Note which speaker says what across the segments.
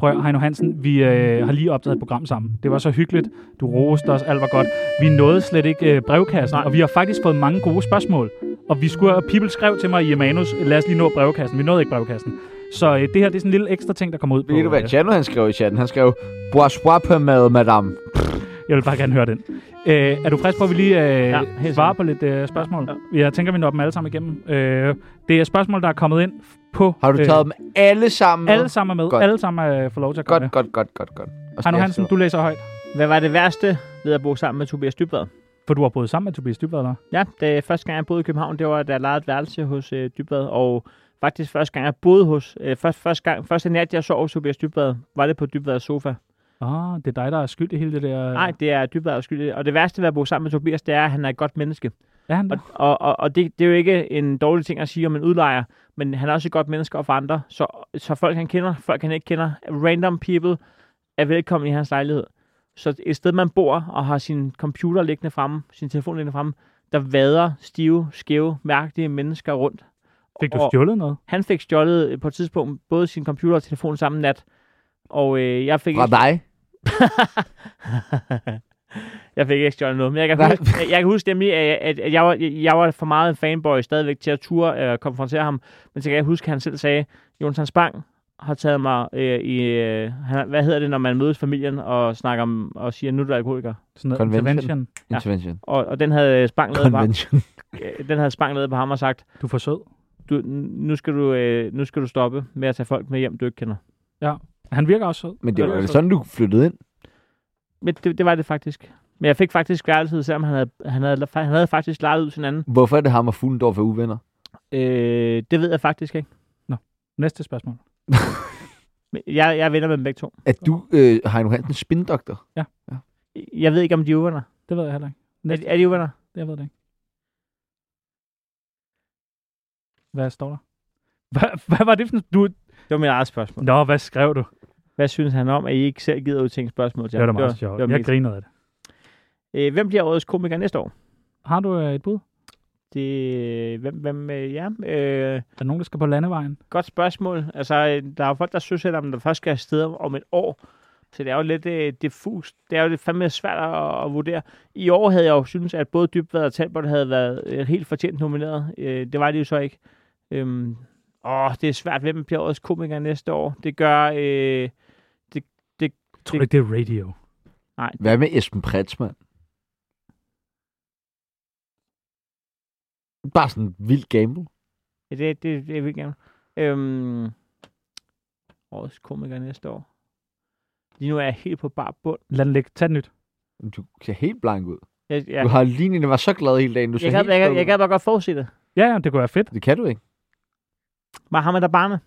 Speaker 1: Prøv, Heino Hansen, vi øh, har lige optaget et program sammen. Det var så hyggeligt. Du roste os, alt var godt. Vi nåede slet ikke øh, brevkassen, Nej. og vi har faktisk fået mange gode spørgsmål. Og vi skulle, og People skrev til mig i manus, lad os lige nå brevkassen. Vi nåede ikke brevkassen. Så øh, det her det er sådan en lille ekstra ting, der kommer ud
Speaker 2: Ved
Speaker 1: på.
Speaker 2: du, hvad
Speaker 1: øh,
Speaker 2: Chano han skrev i chatten? Han skrev, bourgeois på mad, madame.
Speaker 1: jeg vil bare gerne høre den. Øh, er du frisk på, at vi lige øh, ja, svarer på lidt øh, spørgsmål? Ja. Jeg tænker, vi når dem alle sammen igennem. Øh, det er spørgsmål, der er kommet ind på... øh,
Speaker 2: Har du taget dem alle sammen?
Speaker 1: Alle sammen er med.
Speaker 2: Godt.
Speaker 1: Alle sammen øh, får lov til at komme
Speaker 2: Godt, godt, godt, godt, godt. Og
Speaker 1: med. Heino
Speaker 2: Stig
Speaker 1: Hansen,
Speaker 2: Hansen.
Speaker 1: du læser højt,
Speaker 3: Hvad var det værste ved at bo sammen med Tobias Dybvad?
Speaker 1: for du har boet sammen med Tobias Dybvad, eller?
Speaker 3: Ja, det første gang, jeg boede i København, det var, da jeg lejede et værelse hos øh, Dybvad, og faktisk første gang, jeg boede hos... Øh, først, første, gang, første nat, jeg sov hos Tobias Dybvad, var det på Dybvads sofa.
Speaker 1: Ah, det er dig, der er skyld i hele det der...
Speaker 3: Nej, det er Dybvad skyldig. Og det værste ved at bo sammen med Tobias, det er, at han er et godt menneske.
Speaker 1: er han
Speaker 3: Og, og, og, og det, det er jo ikke en dårlig ting at sige om en udlejer, men han er også et godt menneske og for andre. Så, så folk, han kender, folk, han ikke kender, random people, er velkommen i hans lejlighed. Så et sted, man bor og har sin computer liggende fremme, sin telefon liggende fremme, der vader stive, skæve, mærkelige mennesker rundt.
Speaker 1: Fik du
Speaker 3: og-
Speaker 1: stjålet noget?
Speaker 3: Han fik stjålet øh, på et tidspunkt både sin computer og telefon samme nat. Og øh, jeg fik
Speaker 2: Fra dig?
Speaker 3: Jeg fik ikke stjålet noget, men jeg kan,
Speaker 2: Nej.
Speaker 3: huske, jeg, jeg kan huske nemlig, at, at, at jeg, var, jeg var for meget en fanboy stadigvæk til at ture øh, konfrontere ham. Men så kan jeg huske, at han selv sagde, Jons Hans Bang har taget mig øh, i, øh, han, hvad hedder det, når man mødes familien og snakker om, og siger, nu er du alkoholiker.
Speaker 1: Sådan noget
Speaker 2: Convention.
Speaker 1: intervention.
Speaker 3: Ja.
Speaker 2: Intervention.
Speaker 3: Og, og den havde øh, Spang lavet på ham,
Speaker 2: Convention.
Speaker 3: øh, den havde Spang lavet på ham og sagt,
Speaker 1: Du er for sød.
Speaker 3: du, nu, skal du, øh, nu skal du stoppe med at tage folk med hjem, du ikke kender.
Speaker 1: Han virker også sød.
Speaker 2: Men det
Speaker 1: Han
Speaker 2: var
Speaker 1: virker
Speaker 2: jo
Speaker 1: sød.
Speaker 2: sådan, du flyttede ind.
Speaker 3: Men det, det var det faktisk. Men jeg fik faktisk værelset, selvom han havde, han havde, han havde faktisk lejet ud til en anden.
Speaker 2: Hvorfor er det ham og Fuglendorf er uvenner?
Speaker 3: Øh, det ved jeg faktisk ikke.
Speaker 1: Næste spørgsmål.
Speaker 3: Men Jeg, jeg er venner med dem begge to.
Speaker 2: Er du øh, Heino Hansen spindoktor?
Speaker 3: Jeg ved ikke, om de er uvenner.
Speaker 1: Det ved jeg heller ikke.
Speaker 3: Er, de- er de uvenner?
Speaker 1: Jeg ved det ikke. Hvad står der? Hvad, hvad var det for en... Du...
Speaker 3: Det var mit eget spørgsmål.
Speaker 1: Nå, hvad skrev du?
Speaker 3: Hvad synes han om, at I ikke selv gider udtænke spørgsmål til
Speaker 1: det var da
Speaker 3: ham?
Speaker 1: meget sjovt.
Speaker 3: det var
Speaker 1: Jeg
Speaker 3: mit.
Speaker 1: grinede af det.
Speaker 3: Øh, hvem bliver årets komiker næste år?
Speaker 1: Har du øh, et bud?
Speaker 3: Det, hvem, hvem, øh, ja, øh,
Speaker 1: Er der nogen, der skal på landevejen?
Speaker 3: godt spørgsmål. Altså, øh, der er jo folk, der synes, at der først skal afsted om- om et år. Så det er jo lidt øh, diffust. Det er jo lidt fandme svært at, at vurdere. I år havde jeg jo synes, at både Dybvad og Talbot havde været øh, helt fortjent nomineret. Øh, det var de jo så ikke. Øhm, åh, det er svært. Hvem bliver årets komiker næste år? Det gør... Øh,
Speaker 1: Jeg tror ikke, det er radio.
Speaker 2: Hvad med Esben Pretzmann? Bare sådan en vild gamble.
Speaker 3: Ja, det, det, det vil jeg gerne. Øhm, årets komiker næste år. Lige nu er jeg helt på bar bund.
Speaker 1: Lad den ligge. Tag den nyt.
Speaker 2: Du ser helt blank ud.
Speaker 3: Jeg,
Speaker 2: Ja.
Speaker 3: jeg,
Speaker 2: Du har lignet, at var så glad hele dagen. Du ser
Speaker 3: jeg, kan,
Speaker 2: helt
Speaker 3: jeg, kan,
Speaker 2: stukket
Speaker 3: jeg
Speaker 2: ud.
Speaker 3: kan bare godt forudse det.
Speaker 1: Ja, ja, det kunne være fedt.
Speaker 2: Det kan du ikke.
Speaker 3: Mohammed og Barne.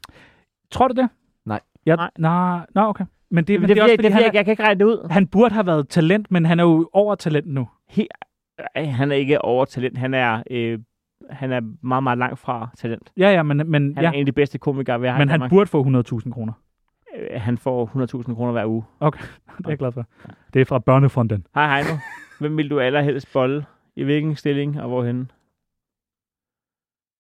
Speaker 1: Tror du det?
Speaker 2: Nej.
Speaker 1: Ja, nej.
Speaker 3: Nej.
Speaker 1: Nej, nå, okay. Men det,
Speaker 3: Det,
Speaker 1: men
Speaker 3: det, det,
Speaker 1: er også,
Speaker 3: det,
Speaker 1: fordi
Speaker 3: det,
Speaker 1: han,
Speaker 3: jeg, jeg kan ikke regne det ud.
Speaker 1: er, han burde have været talent, men han er jo over talent nu.
Speaker 3: Ej, han er ikke over talent. Han er, øh, han er meget, meget langt fra talent.
Speaker 1: Ja, ja, men, men,
Speaker 3: Han
Speaker 1: ja,
Speaker 3: ja. er en af de bedste komikere, vi har
Speaker 1: men
Speaker 3: i
Speaker 1: han
Speaker 3: Danmark.
Speaker 1: burde få 100.000 kroner.
Speaker 3: Øh, han får 100.000 kroner hver uge.
Speaker 1: Det er jeg glad for. Det er fra Børnefonden.
Speaker 3: Hej, hej nu. Hvem vil du allerhelst bolle? I hvilken stilling og hvorhen?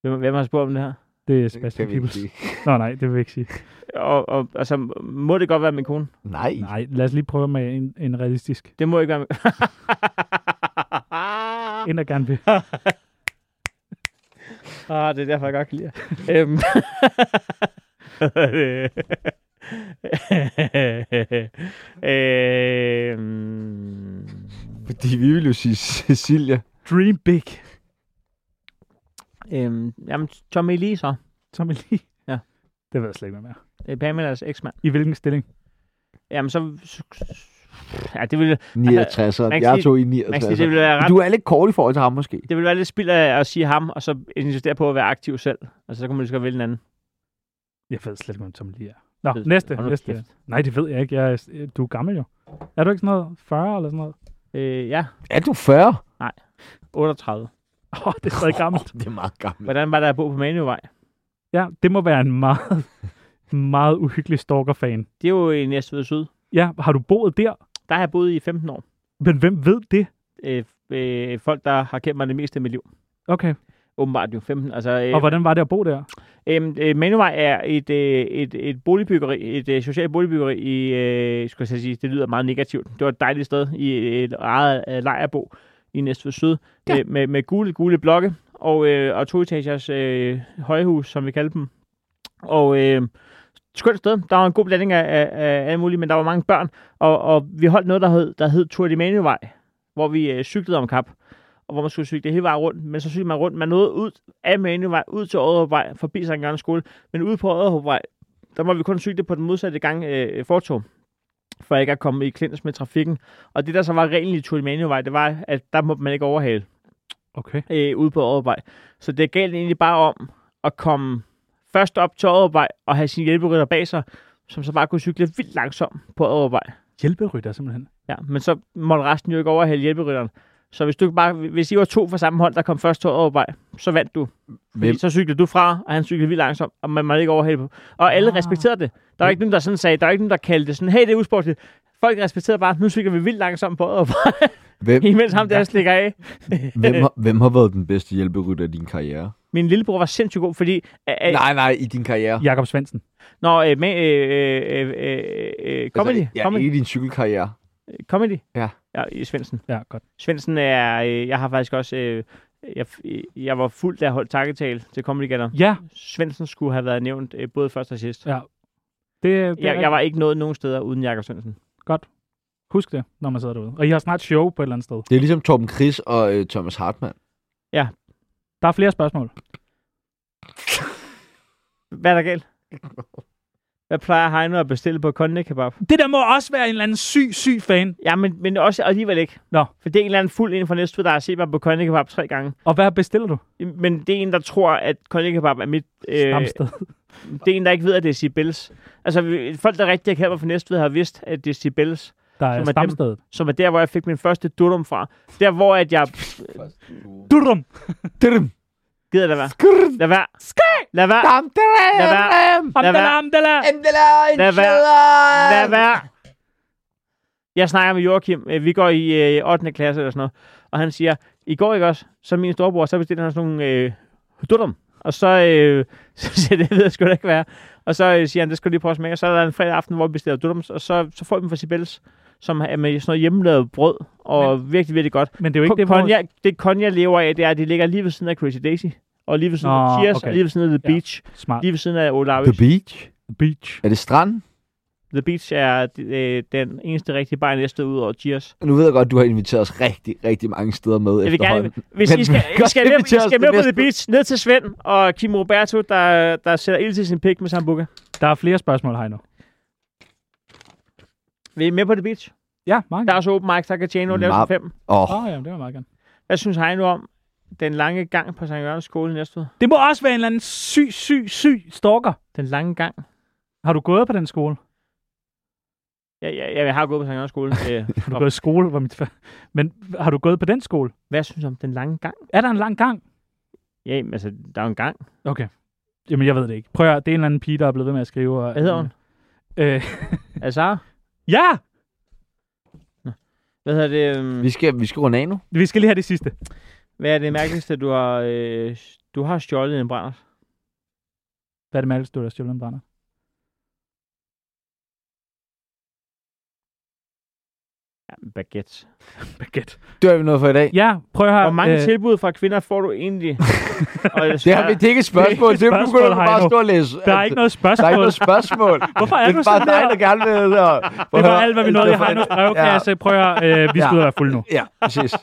Speaker 3: Hvem, hvem har spurgt om det her?
Speaker 1: Det er
Speaker 2: Det kan
Speaker 1: Sebastian
Speaker 2: vi ikke
Speaker 1: Pibels.
Speaker 2: sige.
Speaker 1: Nå, nej, det vil jeg ikke sige.
Speaker 3: Og, og altså, må det godt være min kone?
Speaker 2: Nej. Nej.
Speaker 1: Nej, lad os lige prøve med en, en realistisk.
Speaker 3: Det må ikke være...
Speaker 1: En, der gerne vil.
Speaker 3: ah, det er derfor, jeg godt kan lide jer. Øhm. øhm.
Speaker 2: Fordi vi vil jo sige Cecilia.
Speaker 1: Dream big.
Speaker 3: Øhm. Jamen, Tommy Lee så.
Speaker 1: Tommy Lee.
Speaker 3: Ja.
Speaker 1: Det ved jeg slet ikke, hvad med.
Speaker 3: Øh, Pamela's eksmand.
Speaker 1: I hvilken stilling?
Speaker 3: Jamen, så... Ja, det ville,
Speaker 2: 69.
Speaker 3: Man kan
Speaker 2: Jeg
Speaker 3: sige-
Speaker 2: tog i
Speaker 3: man kan sige, det
Speaker 2: 69.
Speaker 3: ville være ret...
Speaker 2: Du er lidt kort i forhold til ham måske.
Speaker 3: Det ville være lidt spild af at sige ham, og så insistere på at være aktiv selv. Altså, så kunne man lige så godt vælge en anden.
Speaker 1: Jeg ved slet ikke, hvem Tommy Lee er. Nå,
Speaker 3: Fed.
Speaker 1: næste.
Speaker 3: Hold nu
Speaker 1: næste.
Speaker 3: kæft.
Speaker 1: Nej, det ved jeg ikke. Jeg er, du er gammel jo. Er du ikke sådan noget 40 eller sådan noget?
Speaker 3: Øh, ja,
Speaker 2: Er du 40?
Speaker 3: 38.
Speaker 1: Åh, oh, det er stadig gammelt.
Speaker 2: Det er meget gammelt.
Speaker 3: Hvordan var det at bo på Manøvej?
Speaker 1: Ja, det må være en meget, meget uhyggelig stalker-fan.
Speaker 3: Det er jo i Næstved Syd.
Speaker 1: Ja, har du boet der?
Speaker 3: Der har jeg boet i 15 år.
Speaker 1: Men hvem ved det?
Speaker 3: Øh, øh, folk, der har kendt mig det meste af mit liv.
Speaker 1: Okay.
Speaker 3: åbenbart jo 15. Altså, øh,
Speaker 1: Og hvordan var det at bo der?
Speaker 3: Øhm, øh, Manuvej er et, øh, et, et boligbyggeri, et øh, socialt boligbyggeri i, øh, skulle jeg til at sige, det lyder meget negativt. Det var et dejligt sted i et eget øh, lejrbo i Næstved Syd, ja. øh, med, med gule, gule blokke og, øh, og toetagers øh, højhus, som vi kalder dem. Og øh, skønt sted. Der var en god blanding af, af, af alle mulige, men der var mange børn, og, og vi holdt noget, der hed, der hed Tour de Manuvej, hvor vi øh, cyklede om kap og hvor man skulle cykle det hele vejen rundt, men så cyklede man rundt, man nåede ud af Manevej, ud til Odderhåbvej, forbi Sankt Jørgens skole, men ude på Odderhåbvej, der må vi kun cykle på den modsatte gang øh, fortog, for ikke at komme i klins med trafikken. Og det, der så var reglen i Tour de Manevej, det var, at der må man ikke overhale
Speaker 1: Okay.
Speaker 3: øh, ude på Oddervej. Så det galt egentlig bare om at komme først op til Oddervej og have sine hjælperytter bag sig, som så bare kunne cykle vildt langsomt på Oddervej.
Speaker 1: Hjælperytter simpelthen.
Speaker 3: Ja, men så måtte resten jo ikke overhale hjælperytteren. Så hvis, du bare, hvis I var to fra samme hold, der kom først to overvej, så vandt du.
Speaker 2: Hvem?
Speaker 3: Så cyklede du fra, og han cyklede vildt langsomt, og man måtte ikke overhale på. Og alle
Speaker 1: Ah.
Speaker 3: ah. respekterede det. Der var ikke nogen, der sådan sagde, der var ikke nogen, der kaldte det sådan, hey, det er usportligt. Folk respekterede bare, nu cykler vi vildt langsomt på overvej,
Speaker 2: Hvem,
Speaker 3: imens ham der slikker af.
Speaker 2: hvem, har, hvem har været den bedste hjælperytter i din karriere?
Speaker 3: Min lillebror var sindssygt god, fordi... Øh, øh,
Speaker 2: Nej, nej, i din karriere.
Speaker 1: Jakob Svendsen.
Speaker 3: Nå, øh, med, øh, øh, øh, øh, øh, comedy,
Speaker 2: Altså, ja,
Speaker 3: comedy,
Speaker 2: ikke i din cykelkarriere.
Speaker 3: comedy.
Speaker 2: Ja.
Speaker 3: Ja, i Svendsen.
Speaker 1: Ja, godt.
Speaker 3: Svendsen er, øh, jeg har faktisk også, øh, jeg, jeg var fuld, da jeg holdt takketale til Comedy Gatter.
Speaker 1: Ja,
Speaker 3: Svendsen skulle have været nævnt øh, både først og sidst.
Speaker 1: Ja, det, det
Speaker 3: Jeg, jeg var ikke nået nogen steder uden Jakob Svendsen.
Speaker 1: Husk det, når man sidder derude. Og I har snart show på et eller andet sted.
Speaker 2: Det er ligesom Torben Chris og øh, Thomas Hartmann.
Speaker 1: Der er flere spørgsmål.
Speaker 3: Hvad er der galt? Hvad plejer Heino at bestille på Konde Kebab?
Speaker 1: Det der må også være en eller anden syg, syg fan.
Speaker 3: Ja, men, men også alligevel ikke.
Speaker 1: Nå.
Speaker 3: For det er en eller anden fuld inden for Næstved, der har set mig på Konde Kebab tre gange.
Speaker 1: Og hvad bestiller du?
Speaker 3: Men det er en, der tror, at Konde Kebab er mit... Øh,
Speaker 1: Stamsted.
Speaker 3: det er en, der ikke ved, at det er Sibels. Altså, vi- folk, der rigtig har kendt mig fra Næstved, har vidst, at det er Sibels.
Speaker 1: Der er
Speaker 3: som er
Speaker 1: stamstedet.
Speaker 3: som er der, hvor jeg fik min første dudum fra. Der, hvor at jeg...
Speaker 1: Durum!
Speaker 2: Dum,
Speaker 3: Gider lad være.
Speaker 2: skrrr,
Speaker 3: Lad være. Lad være.
Speaker 2: dam, dam,
Speaker 3: Lad være.
Speaker 2: dam,
Speaker 3: Lad
Speaker 1: Amdala,
Speaker 3: være.
Speaker 1: amdala!
Speaker 2: endelig,
Speaker 3: Lad være.
Speaker 2: inshallah.
Speaker 3: Lad være. Jeg snakker med Joachim. øh, Vi går i øh, 8. klasse eller sådan noget. Og han siger, i går ikke også, så min storebror, så bestilte han sådan nogle øh, dudum. Og så, øh, så siger jeg, det ved jeg sgu da ikke være. Og så øh, siger han, det skal du lige prøve at smage. Og så er der en fredag aften, hvor vi bestiller dudums. Og så, så får vi dem fra Sibels, som er med sådan noget hjemmelavet brød. Og virkelig, virkelig godt.
Speaker 1: Men det er jo ikke det, hvor...
Speaker 3: Konya, det Konya lever af, det er, at de ligger lige ved siden af Crazy Daisy, og lige ved siden af
Speaker 1: Nå,
Speaker 3: Cheers,
Speaker 1: okay.
Speaker 3: og lige ved siden af The
Speaker 1: Ja.
Speaker 3: Beach,
Speaker 1: Smart.
Speaker 3: lige ved siden af Olavis.
Speaker 2: The
Speaker 3: The,
Speaker 2: Beach.
Speaker 1: Beach.
Speaker 2: Er det strand?
Speaker 3: The Beach er øh, den eneste rigtige bar næste ud over Cheers.
Speaker 2: Nu ved jeg godt, du har inviteret os rigtig, rigtig mange steder med
Speaker 3: Jeg vil gerne,
Speaker 2: efterhånden.
Speaker 3: hvis
Speaker 2: Men
Speaker 3: I skal,
Speaker 2: vi kan
Speaker 3: I skal,
Speaker 2: godt
Speaker 3: med,
Speaker 2: invitere
Speaker 3: I
Speaker 2: os
Speaker 3: skal
Speaker 2: til
Speaker 3: med på
Speaker 2: næste
Speaker 3: The Beach, ned til Svend og Kim Roberto, der, der sætter ild til sin pik med sambuca.
Speaker 1: Der er flere spørgsmål, Heino.
Speaker 3: Vil I med på The Beach?
Speaker 1: Ja, meget
Speaker 3: Der er
Speaker 1: gerne.
Speaker 3: også open mic, der kan tjene og lave
Speaker 2: Meget.
Speaker 3: til fem.
Speaker 2: Åh,
Speaker 1: Åh, oh, ja, det var meget gerne.
Speaker 3: Hvad synes Heino om den lange gang på St. Jørgens skole i Næstved?
Speaker 1: Det må også være en eller anden syg, syg, syg stalker.
Speaker 3: Den lange gang?
Speaker 1: Har du gået på den skole?
Speaker 3: Ja, ja, ja jeg har gået på St. Jørgens skole. Øh,
Speaker 1: Har du
Speaker 3: og
Speaker 1: gået i skole? Var mit fa- Men har du gået på den skole?
Speaker 3: hvad synes du om den lange gang?
Speaker 1: Er der en lang gang?
Speaker 3: Ja, jamen, altså, der er jo en gang.
Speaker 1: Okay. Jamen, jeg ved det ikke. Prøv at høre, det er en eller anden pige, der er blevet ved med at skrive. Og,
Speaker 3: Hvad hedder hun?
Speaker 1: Øh,
Speaker 3: Altså,
Speaker 1: ja!
Speaker 3: Hvad hedder det? øhm,
Speaker 2: vi skal, vi skal runde af nu.
Speaker 1: Vi skal lige have det sidste.
Speaker 3: Hvad er det mærkeligste, du har, øh, du har stjålet en brænder?
Speaker 1: Hvad er det mærkeligste, du har stjålet en brænder?
Speaker 3: Ja, en baguette.
Speaker 1: Baguette.
Speaker 2: Det har vi noget for i dag.
Speaker 1: Ja, prøv at høre.
Speaker 3: Hvor mange øh,
Speaker 1: øh,
Speaker 3: tilbud fra kvinder får du egentlig? og jeg
Speaker 2: Det, har vi, det er ikke et spørgsmål.
Speaker 1: Det
Speaker 2: Det
Speaker 1: er
Speaker 2: er
Speaker 1: ikke et
Speaker 2: du kunne du
Speaker 1: spørgsmål,
Speaker 2: bare
Speaker 1: Heino.
Speaker 2: stå og læse.
Speaker 1: Der er ikke noget
Speaker 2: der er
Speaker 1: spørgsmål.
Speaker 2: ikke noget spørgsmål.
Speaker 1: Hvorfor er
Speaker 2: det
Speaker 1: du
Speaker 2: er bare
Speaker 1: sådan
Speaker 2: dig,
Speaker 1: der?
Speaker 2: der gerne vil. Og,
Speaker 1: Det var alt, hvad vi nåede i Heinos brevkasse. Prøv at høre, øh, vi
Speaker 2: Ja.
Speaker 1: skyder dig fuld nu.
Speaker 2: Ja, præcis.